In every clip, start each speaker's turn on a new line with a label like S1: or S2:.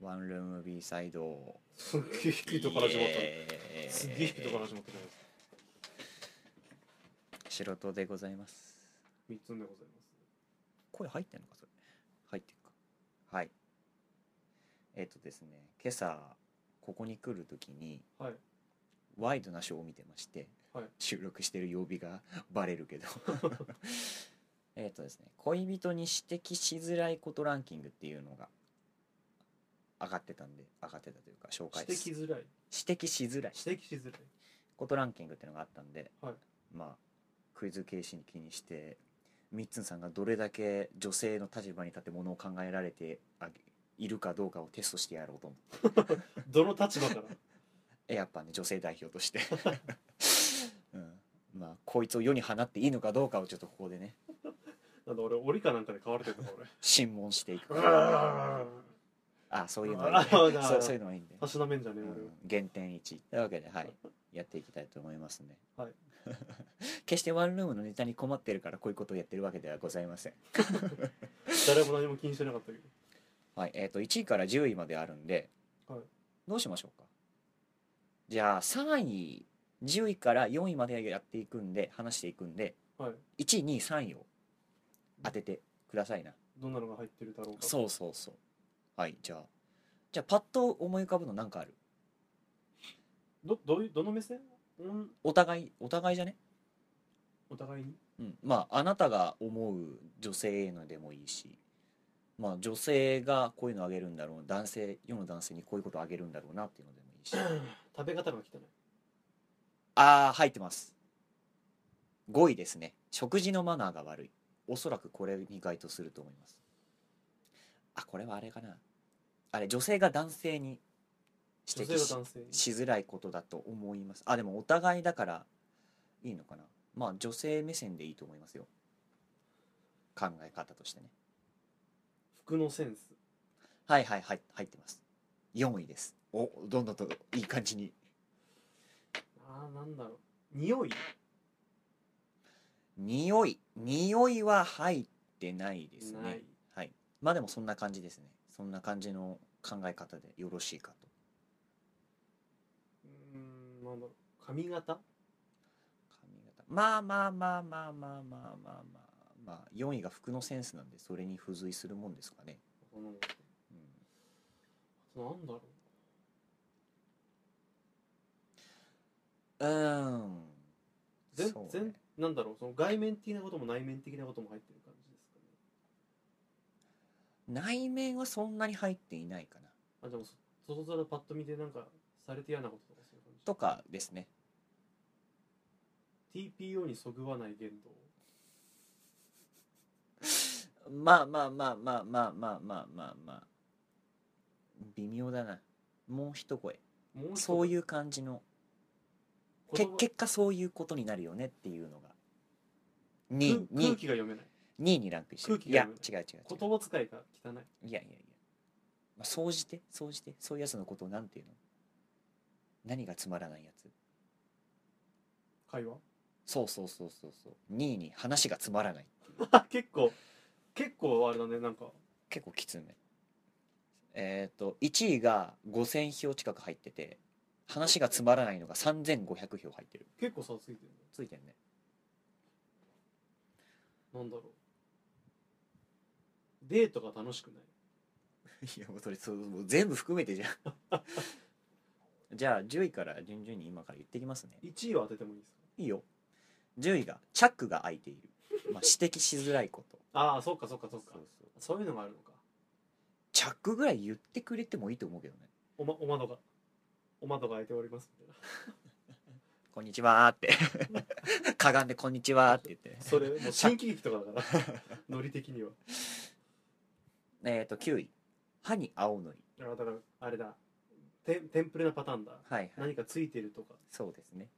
S1: ワンルーム B サイド
S2: すっげえ低いとこから始まっ
S1: え
S2: たすっげえ低いとこから始まったじゃないですか
S1: 素人でございます
S2: 三つ目でございます
S1: 声入ってんのかそれ入ってるかはいえっ、とですね今朝ここに来る時に
S2: はい
S1: ワイドなショーを見てまして、
S2: はい
S1: 収録してる曜日がバレるけどえっとですね恋人に指摘しづらいことランキングっていうのが上がってたんで上がってたというか紹介
S2: 指摘づらい
S1: 指摘しづらい
S2: 指摘しづらい
S1: ことランキングっていうのがあったんで、
S2: はい
S1: まあクイズ形式にしてみっつんさんがどれだけ女性の立場に立ってものを考えられてあげいるかどうかをテストしてやろうと思って
S2: どの立場から
S1: えやっぱね女性代表として、うん、まあこいつを世に放っていいのかどうかをちょっとここでね
S2: なんだ俺檻かなんかで飼われてるのか
S1: 審問していく
S2: 俺あ
S1: あそういうの
S2: あ
S1: がいい
S2: そうだ
S1: そうそういうのがいいんで、
S2: あしなめんじゃねえ
S1: う
S2: 俺を
S1: ん、原点1というわけではいやっていきたいと思いますね、
S2: はい
S1: 決してワンルームのネタに困ってるからこういうことをやってるわけではございません
S2: 誰も何も気にしてなかったけど
S1: はい、えっ、と1位から10位まであるんで、
S2: はい
S1: どうしましょうかじゃあ3位10位から4位までやっていくんで話していくんで
S2: はい
S1: 1位2位3位を当ててくださいな、
S2: どんなのが入ってるだろうか
S1: そうそうそうはいじゃあじゃあパッと思い浮かぶのなんかある
S2: どどういうどの目線うん
S1: お互いお互いじゃね
S2: お互いに
S1: うんまああなたが思う女性へのでもいいしまあ女性がこういうのあげるんだろう男性世の男性にこういうことあげるんだろうなっていうのでもいいし
S2: 食べ方が汚い
S1: ああ入ってます5位ですね食事のマナーが悪いおそらくこれに該当すると思いますあこれはあれかなあれ女性が男性に
S2: 女
S1: 指摘
S2: 性が
S1: し
S2: 男性に
S1: しづらいことだと思いますあでもお互いだからいいのかなまあ女性目線でいいと思いますよ考え方としてね
S2: 服のセンス
S1: はいはいはい入ってます4位ですおどんどんといい感じに
S2: あーなんだろう匂い
S1: 匂い匂いは入ってないですね
S2: ない
S1: はい、まあでもそんな感じですねそんな感じの考え方でよろしいかと
S2: うーんなんだろう髪型
S1: 髪型まあまあまあまあまあまあまあまあ、まあ、4位が服のセンスなんでそれに付随するもんですかね、
S2: その
S1: うん、
S2: なんだろ
S1: うーん
S2: う全
S1: そう
S2: 全
S1: ね
S2: なんだろうその外面的なことも内面的なことも入ってる感じですかね
S1: 内面はそんなに入っていないかな
S2: あでもそ外皿パッと見てなんかされて嫌なこととかそういう感じ
S1: とかですね
S2: TPO にそぐわない言動
S1: まあまあまあまあまあまあまあまあまあ微妙だなもう一声
S2: もう
S1: そういうう感じのけ結果そういうことになるよねっていうのが
S2: 空
S1: 2
S2: 空
S1: 位
S2: 気が読めない
S1: 2位にランクインしてる
S2: 空気
S1: い
S2: が
S1: や違
S2: 読
S1: う違う違う
S2: 言葉遣いが汚い
S1: いやいやいやまあ総じて総じてそういうやつのことをなんていうの何がつまらないやつ
S2: 会話
S1: そうそうそうそうそう2位に話がつまらない
S2: 結構結構あれだねなんか
S1: 結構きつめえっ、と1位が5000票近く入ってて話がつまらないのが3500票入ってる
S2: 結構差ついてるね
S1: ついてんね
S2: なんだろうデートが楽しくない
S1: いやもうそれそうもう全部含めてじゃん じゃあ10位から順々に今から言ってきますね
S2: 1位を当ててもいいですか
S1: いいよ10位がチャックが開いている、まあ、指摘しづらいこと
S2: ああそっかそっかそっ か
S1: そうそう
S2: そういうのがあるのか
S1: チャックぐらい言ってくれてもいいと思うけどね
S2: お,、ま、お窓がお窓が開いておりますみたい
S1: 「こんにちは」 ってかがんで「こんにちは」って言って
S2: なそれもう新喜劇とか だからノリ的には
S1: えっと9位「歯に青のり
S2: あーだからあれだテンテンプレなパターンだ」
S1: はいはい
S2: 何かついてるとか
S1: そうですね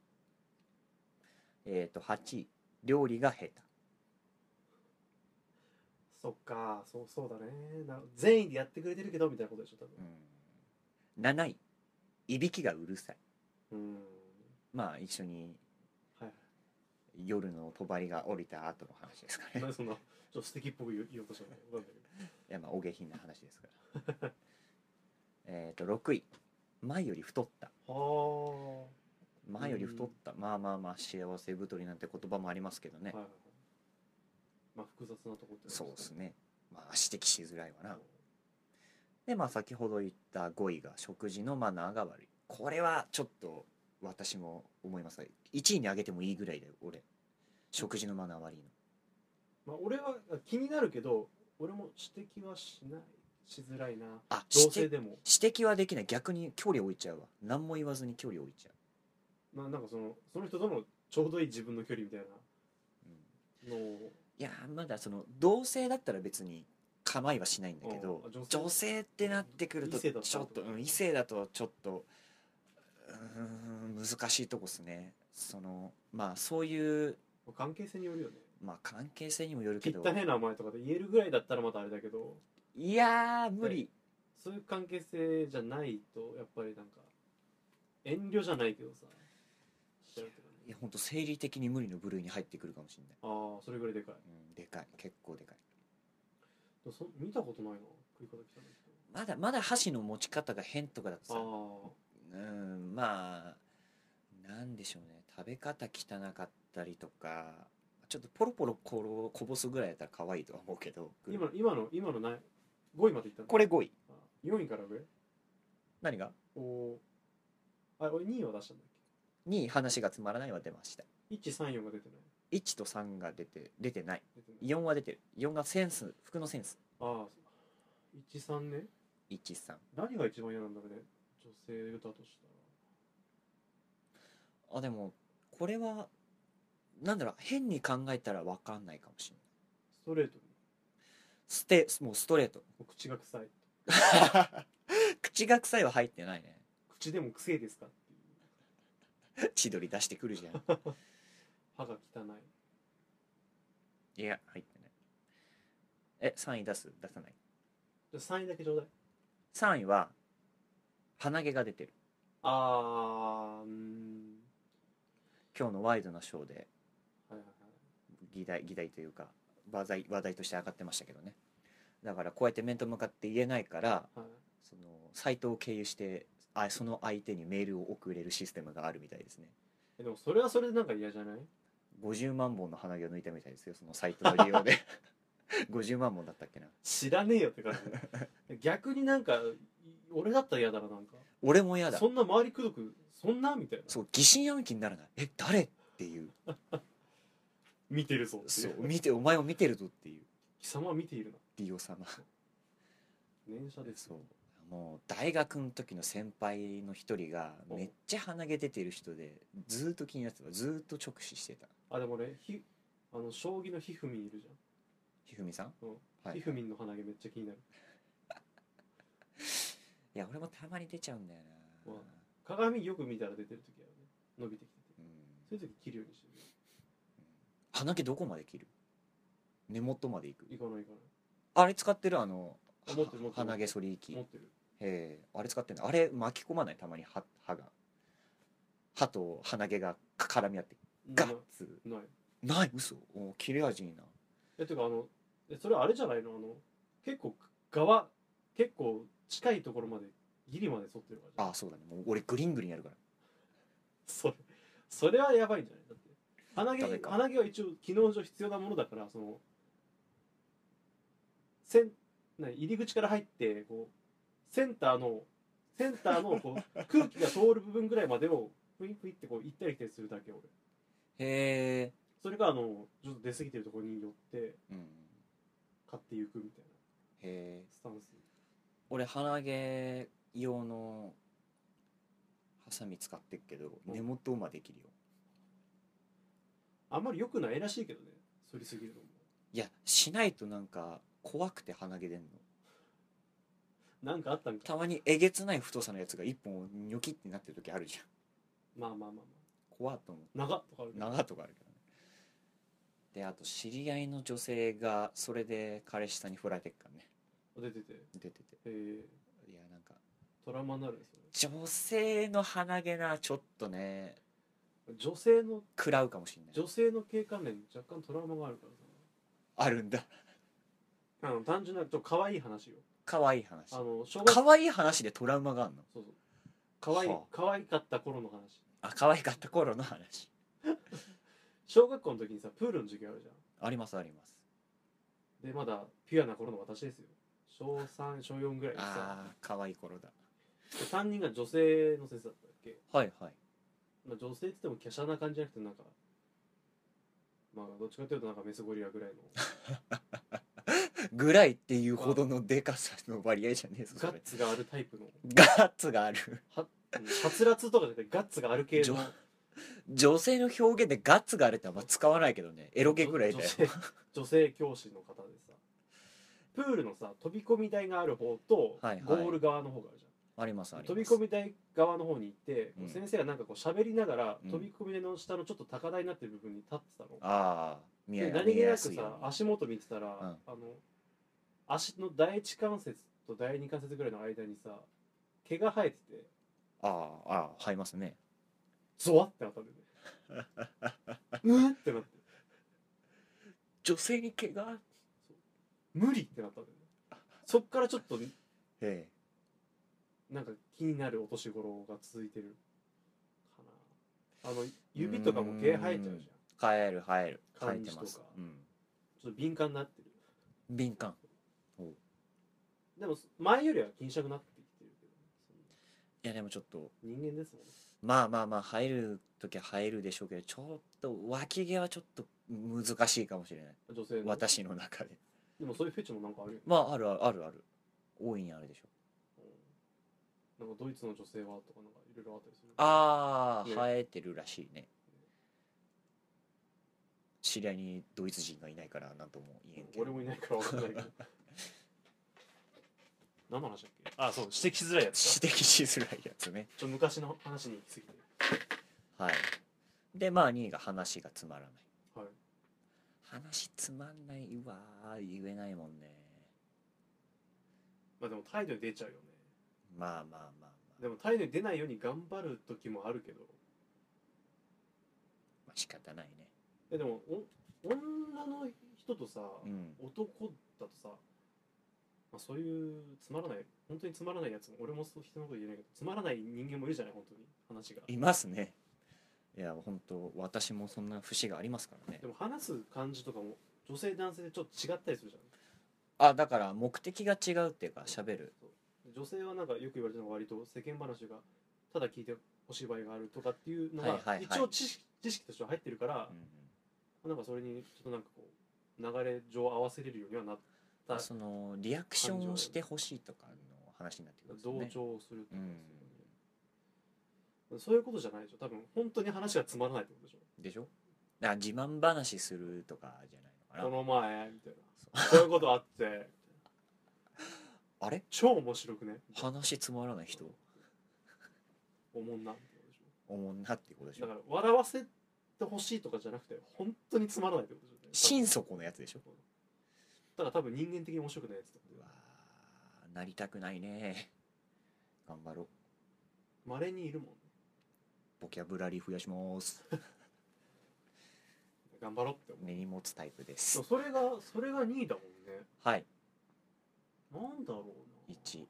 S1: えっ、と8位「料理が下手
S2: そっかそうそうだねな善意でやってくれてるけどみたいなことでしょ多」
S1: うん7位「いびきがうるさい
S2: 分うーん」
S1: まあ一緒に
S2: はい
S1: 夜の帳が降りた後の話ですか ね
S2: なんでそんなちょっと素敵っぽく言う言おうとしたのわかんないけ
S1: いやまあお下品な話ですから えっと6位前より太った
S2: どは
S1: 前より太ったまあまあまあ幸せ太りなんて言葉もありますけどね、
S2: あ、はいはいはい、まあ複雑なとこってこと
S1: そうですねまあ指摘しづらいわなでまあ先ほど言った5位が食事のマナーが悪いこれはちょっと私も思います1位に上げてもいいぐらいだよ俺食事のマナー悪いの
S2: まあ俺は気になるけど俺も指摘はしないしづらいな
S1: あ
S2: 同性
S1: 指摘
S2: でも
S1: 指摘はできない逆に距離置いちゃうわ何も言わずに距離置いちゃう
S2: まあなんかそのその人とのちょうどいい自分の距離みたい
S1: うん
S2: なのを
S1: いやまだその同性だったら別に構いはしないんだけど
S2: うん女性
S1: 女性ってなってくると
S2: 異性だと
S1: ちょっとうん異性だとちょっとうーん難しいとこっすねそのまあそういう
S2: まあ関係性によるよね
S1: まあ関係性にもよる
S2: き
S1: け
S2: っ
S1: ど
S2: たねな名前とかで言えるぐらいだったらまたあれだけど
S1: いやー無理
S2: そういう関係性じゃないとやっぱりなんか遠慮じゃないけどさしちゃうとか
S1: い
S2: ね
S1: や本当生理的に無理の部類に入ってくるかもしれない、
S2: ああそれぐらいでかい
S1: うん、でかい結構でかい
S2: でもそ見たことないな食い方汚い人
S1: まだまだ箸の持ち方が変とかだと
S2: あ
S1: さ
S2: あ
S1: うんまあなんでしょうね食べ方汚かったりとかちょっとポロポロころこぼすぐらいだったら可愛いとは思うけど
S2: 今の今の今のない5位までいったの
S1: これ5位
S2: あ4位から上
S1: 何が
S2: おーあ俺2位は出したんだっ
S1: に話がつまらないは出ました
S2: け134が出てない
S1: 1と3が出て出てない
S2: 出てない
S1: 4は出てる4がセンス服のセンス
S2: ああ13ね
S1: 13
S2: 何が一番嫌なんだろうね女性だとしたら
S1: あでもこれはなんだろう変に考えたら分かんないかもしれない
S2: ストレートに
S1: ステもうストレート
S2: お口が臭い
S1: 口が臭いは入ってないね
S2: 口でも臭いですかっていう
S1: 千鳥出してくるじゃん
S2: 歯が汚い
S1: いや、入ってない。え、3位出す出さない
S2: じゃあ3位だけちょうだい
S1: ?3 位は、鼻毛が出てる。
S2: あーうーん
S1: 今日のワイドなショーで、
S2: はいはいはい
S1: 議題、議題というか、話題、話題として上がってましたけどね。だから、こうやって面と向かって言えないから、
S2: はい
S1: その、サイトを経由して、あその相手にメールを送れるシステムがあるみたいですね。
S2: えでもそれはそれでなんか嫌じゃない
S1: 50万本の鼻毛を抜いたみたいですよ、そのサイトの利用で。50万本だったっけな。
S2: 知らねえよって感じ 逆になんかい俺だったら嫌だななんか
S1: 俺も嫌だ。
S2: そんな周りくどくそんなみたいな
S1: そう、疑心暗鬼にならない。え、誰っていう。
S2: 見てるぞってい
S1: そう、見て、お前を見てるぞっていう。
S2: 貴様は見ているな
S1: リオ様
S2: 年車です
S1: そうもう大学の時の先輩の一人が
S2: お
S1: めっちゃ鼻毛出てる人でずーっと気になってたずーっと直視してた
S2: あでもねひあの将棋のひふみんいるじ
S1: ひふみさん、
S2: うんゃ
S1: は
S2: ん
S1: い、
S2: ひ
S1: い
S2: ふみんの鼻毛めっちゃ気になる
S1: や俺もたまに出ちゃうんだよな
S2: うわ鏡よく見たら出てる時あるね伸びてきてて
S1: うん
S2: そういう時切るようにして
S1: 鼻毛どこまで切る根元までいく
S2: るいかないいかな
S1: あれ使ってるあの
S2: あ持ってる持ってる
S1: 鼻毛剃り
S2: い
S1: 器
S2: 持っ
S1: へ
S2: てる
S1: えあれ使ってんだあれ巻き込まないたまに歯歯が歯と鼻毛が絡み合ってガッツ
S2: なない
S1: ない嘘お切れ味いいな
S2: えてかあのえそれあれじゃないのあの結構側結構近いところまでギリまで剃ってるからじゃん
S1: あそうだねもう俺グリングリンやるから
S2: それそれはやばいんじゃないだって
S1: ダ
S2: 鼻
S1: メ
S2: 毛
S1: か
S2: 鼻毛は一応機能上必要なものだからそのせんな入り口から入ってこうセンターのセンターのこう空気が通る部分ぐらいまでをフイフイってこう行ったり来たりするだけ俺
S1: へえ、
S2: それがあのちょっと出過ぎてるところに寄って
S1: うん、
S2: 買っていくみたいな
S1: へえ
S2: スタンス
S1: 俺鼻毛用のハサミ使ってっけど
S2: うん
S1: 根元まで切るよ
S2: あんまり良くないらしいけどね剃りすぎるのも
S1: いやしないとなんか怖くて鼻毛出んの
S2: なんかあったんか
S1: たまにえげつない太さのやつが一本ニョキってなってる時あるじゃん
S2: まあまあまあま
S1: 怖っと思う
S2: あ長っとかあるけど
S1: 長いとかあるけどねであと知り合いの女性がそれで彼氏さんに振られてっからね
S2: 出てて
S1: 出てて
S2: えー、
S1: いやなんか
S2: トラウマになるねそれ
S1: 女性の鼻毛なちょっとね
S2: 女性の
S1: 食らうかもしれない
S2: 女性の経過面に若干トラウマがあるから
S1: あるんだ
S2: さあの単純なちょっと可愛い話よ
S1: 可愛い話
S2: あの小学
S1: 可愛い話でトラウマがあるの
S2: そうそう可愛い
S1: はあ
S2: 可愛かった頃の話
S1: あ可愛かった頃の話
S2: 小学校の時にさプールの授業あるじゃ
S1: ありますあります
S2: んでまだピュアな頃の私ですよ小3小4ぐらいでさ
S1: ああ可愛い頃だ
S2: で3人が女性の先生だったっけ、
S1: はいはい
S2: まあ、女性って言っても華奢な感じじゃなくてなんかまあどっちかというとなんかメスゴリラぐ らいの
S1: ぐらいっていうほどのでかさの割合じゃねえぞそ
S2: ガ
S1: れ
S2: ッツがあるタイプの
S1: ガッツがある
S2: うんはつらつとかじゃなくてガッツがある系
S1: 女
S2: の
S1: 女性の表現でガッツがあるってあんま使わないけどねエロゲぐらいだよ
S2: 女性女性教師の方でさプールのさ飛び込み台がある方とゴ
S1: はいはい
S2: ール側の方があるじゃん、
S1: ありますあります
S2: 飛び込み台側の方に行って、
S1: うん
S2: 先生がなんかこう喋りながら、
S1: うん
S2: 飛び込み台の下のちょっと高台になってる部分に立ってたの、
S1: ああ見
S2: で
S1: え
S2: 何気なくさ
S1: 見えやすいように
S2: 足元見てたら、
S1: ん
S2: あの足の第一関節と第二関節ぐらいの間にさ毛が生えてて
S1: ああああ入りますね
S2: ゾワって当たる ねうんってなって
S1: 女性に毛が
S2: 無理ってなったんだよねそっからちょっと
S1: ええ
S2: なんか気になるお年頃が続いてるかなあの指とかも毛生えちゃうじゃん
S1: うん生える生える生えてま
S2: 感じ
S1: す
S2: とか、
S1: うん、
S2: ちょっと敏感になってる
S1: 敏感
S2: でも前よりは気にしなくなってきてるけど
S1: いやでもちょっと
S2: その人間ですもんね
S1: まあまあまあ生える時は生えるでしょうけどちょっと脇毛はちょっと難しいかもしれない
S2: 女性の
S1: 私の中で
S2: でもそういうフェチもなんかあるよね
S1: まああるあるあるある大いにあるでしょ
S2: うんなんかドイツの女性はとかなんかいろいろあったりする
S1: ああ、
S2: ね
S1: 生えてるらしいね知り合いにドイツ人がいないからなんとも言えんけど
S2: 俺もいないからわかんない けど何の話だっけあそう指摘しづらいや
S1: 指摘しづらいやつね
S2: ちょ昔の話について
S1: はいでまあ2位が話がつまらない
S2: はい
S1: 話つまんないわー言えないもんね
S2: まあでも態度に出ちゃうよね
S1: まあまあまあ、まあ、
S2: でも態度に出ないように頑張る時もあるけど
S1: まあ仕方ないね
S2: えでもお女の人とさ、
S1: うん
S2: 男だとさ、まあ、そういうつまらない本当につまらないやつも俺もそう人のこと言えないけどつまらない人間もいるじゃない本当に話が
S1: いますねいや本当私もそんな節がありますからね
S2: でも話す感じとかも女性男性でちょっと違ったりするじ
S1: あだから目的が違うっていうか喋る
S2: ゃん女性はなんかよく言われてるのが割と世間話がただ聞いてお芝居があるとかっていうのが、
S1: はいはいはい
S2: 一応知識知識としては入ってるから
S1: う、ん
S2: なんかそれにちょっとなんかこう流れ上合わせれるようにはなった
S1: そのリアクションをしてほしいとかの話になってくるんですよ
S2: 同
S1: ね
S2: 調するってことですよねそういうことじゃないでしょ多分本当に話がつまらないってことでしょ
S1: でしょだから自慢話するとかじゃない
S2: こ
S1: のかな
S2: の前みたい
S1: そう
S2: なこういうことあって
S1: あれ
S2: 超面白くね
S1: 話つまらない人
S2: おもんなってことでし
S1: おもんなってことでし
S2: ょ
S1: ょ
S2: だから笑わせてほしいとかじゃなくて本当につまらないってことでしょ
S1: 心底のやつでしょ
S2: だから多分人間的に面白くないやつだ
S1: うわーなりたくないね頑張ろう
S2: まれにいるもんね
S1: ボキャブラリー増やします
S2: 頑張ろうって思う
S1: 根に持つタイプで
S2: ですもそれがそれが2位だもんね
S1: はい
S2: なんだろうな
S1: 1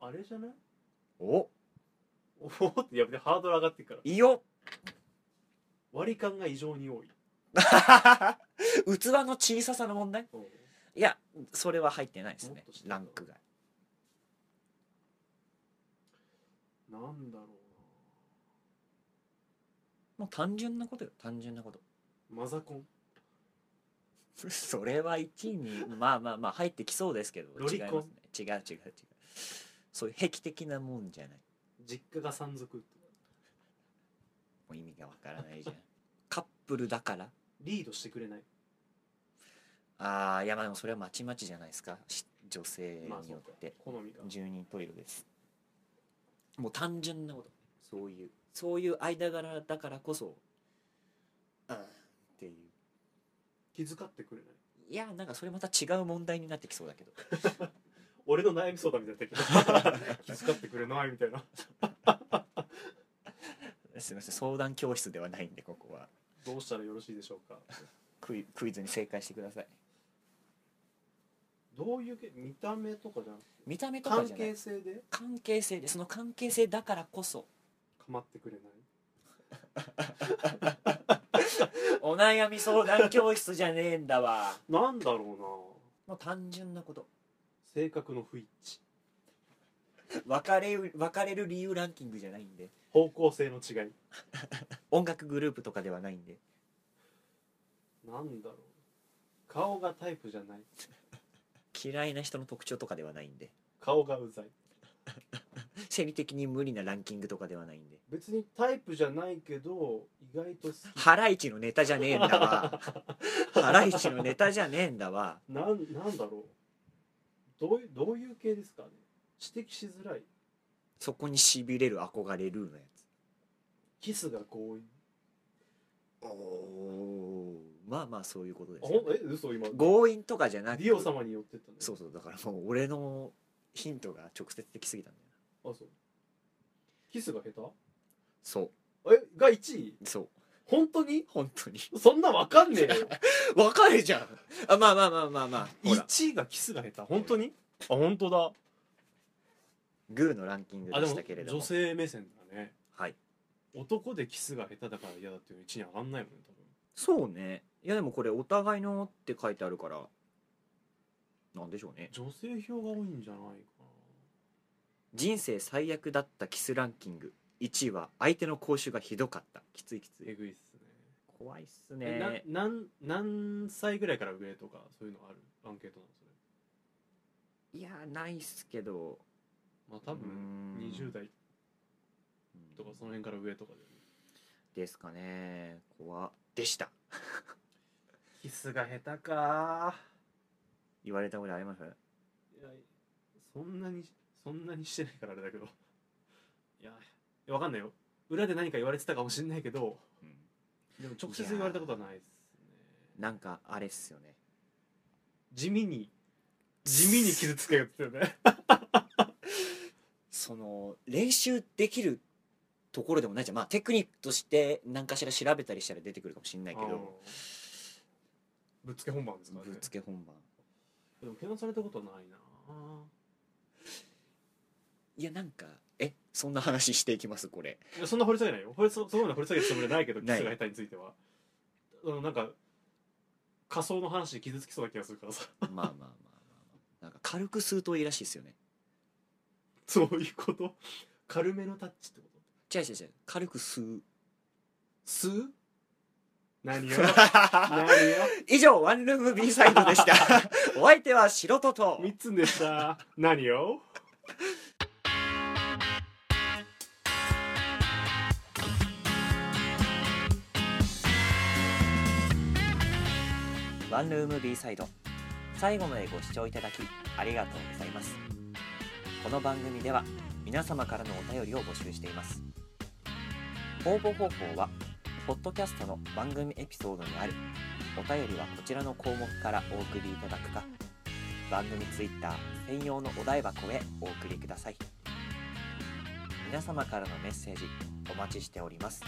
S2: あれじゃない
S1: お
S2: おおってやめてハードル上がってくから
S1: いいよ
S2: 割り勘が異常に多い、
S1: 器の小ささの問題
S2: うん
S1: いやそれは入ってないです
S2: もっ
S1: ね
S2: と下だ
S1: ランクが
S2: なんだろ
S1: もう単純なことよ単純なこと
S2: うなマザコン
S1: それは1位にまあまあまあ入ってきそうですけど
S2: ロリ
S1: 違い
S2: コン
S1: ますね違う違う違うそういう癖的なもんじゃない
S2: 実家が山賊
S1: もう意味がわからないじ ゃんカップルだから
S2: リードしてくれない
S1: ああいやまあでもそれはまちまちじゃないですかし女性に
S2: まあそ
S1: よ
S2: うか
S1: って
S2: 好みが
S1: 十人十色ですもう単純なことそういうそういう間柄だからこそうんっていう
S2: 気遣ってくれない
S1: いやなんかそれまた違う問題になってきそうだけど
S2: 俺の悩み相談みたいな気遣ってくれないみたいな
S1: すみません相談教室ではないんでここは
S2: どうしたらよろしいでしょうか
S1: クイクイズに正解してください
S2: どういうけ見た目とかじゃん
S1: 見た目とか
S2: 関
S1: じゃない
S2: 係性で
S1: 関係性でその関係性だからこそ
S2: 構ってくれない
S1: お悩み相談教室じゃねえんだわ
S2: なんだろ
S1: もう単純なこと
S2: うな性格の不一致
S1: 別れる別れる理由ランキングじゃないんで
S2: 方向性の違い
S1: 音楽グループとかではないんで
S2: なんだろう顔がタイプじゃない
S1: 嫌いな人の特徴とかではないんで
S2: 顔がうざい
S1: 生理的に無理なランキングとかではないんで
S2: 別にタイプじゃないけど意外と好き
S1: ハライチのネタじゃねえんだ わハライチのネタじゃねえんだわ
S2: なんなんだろうどういうどういう系ですかね指摘しづらい
S1: そこにしびれる憧れるのやつ
S2: キスが強引
S1: おおまあまあそういうことです
S2: あほ
S1: よ
S2: ん
S1: ね、
S2: え嘘今デ
S1: 強引とかじゃなく
S2: ィオ様に寄ってったね
S1: そうそうだからもう俺のヒントが直接的すぎたんだよな
S2: あそうキスが下
S1: そ
S2: 手えが1位
S1: うそう
S2: 本当に
S1: 本当に
S2: そんなわかんねえ よ
S1: わかるじゃんあまあまあまあまあまあほら
S2: 1位がキスが下手本当にあ本当だ
S1: グーのランキング
S2: あ
S1: で
S2: で
S1: し
S2: も
S1: たけれども
S2: 女性目線だね
S1: はい
S2: 男でキスが下手だから嫌だっていうの1に上がんないもんね多分
S1: そうねいやでもこれお互いのって書いてあるからなんでしょうね
S2: 女性票が多いんじゃないか
S1: 人生最悪だったキスランキング1位は相手の口臭がひどかったきついきつ
S2: なえ
S1: い
S2: ぐいっすね
S1: 怖いっす
S2: え
S1: ね
S2: ななん何歳ぐらいから上とかそういうのあるアンケートなのそれ
S1: いやないっすけど
S2: まあ多分20
S1: 代
S2: 代とかその辺から上とかだよね
S1: ですかね怖っでした
S2: キスが下手か
S1: 言われたことあります
S2: いやそんなにそんなにしてないからあれだけど いやいやわかんないよ裏で何か言われてたかもしれないけどでも直接言われたことはないですね
S1: なんかあれっすよね
S2: 地味に地味に傷つけよって ね
S1: その練習できるところでもないじゃんまあテクニックとして何かしら調べたりしたら出てくるかもしれないけど
S2: うんぶっつけ本番ですから
S1: ぶっ
S2: ね
S1: つけ本番
S2: でも怪我されたことないない
S1: やなんかえそんな話していきますこれ
S2: いやそんな掘り下げないよ掘りそそこまで掘り下げるつもりはないけどキ
S1: ない
S2: スが下手についてはあのなんか仮想の話で傷つきそうな気がするからさ
S1: まあまあまあまあ、まあ、なんか軽く吸うといいらしいですよね
S2: そういうこと軽めのタッチってこと
S1: 違う違う違う軽く吸う
S2: す何よ何よ
S1: 以上ワンルーム B サイドでしたお相手は白とと
S2: 三つんでした何よ
S1: ワンルーム B サイド最後までご視聴いただきありがとうございますこの番組では皆様からのお便りを募集しています応募方法はポッドキャストの番組エピソードにあるお便りはこちらの項目からお送りいただくか番組ツイッター専用のお台箱へお送りください皆様からのメッセージお待ちしております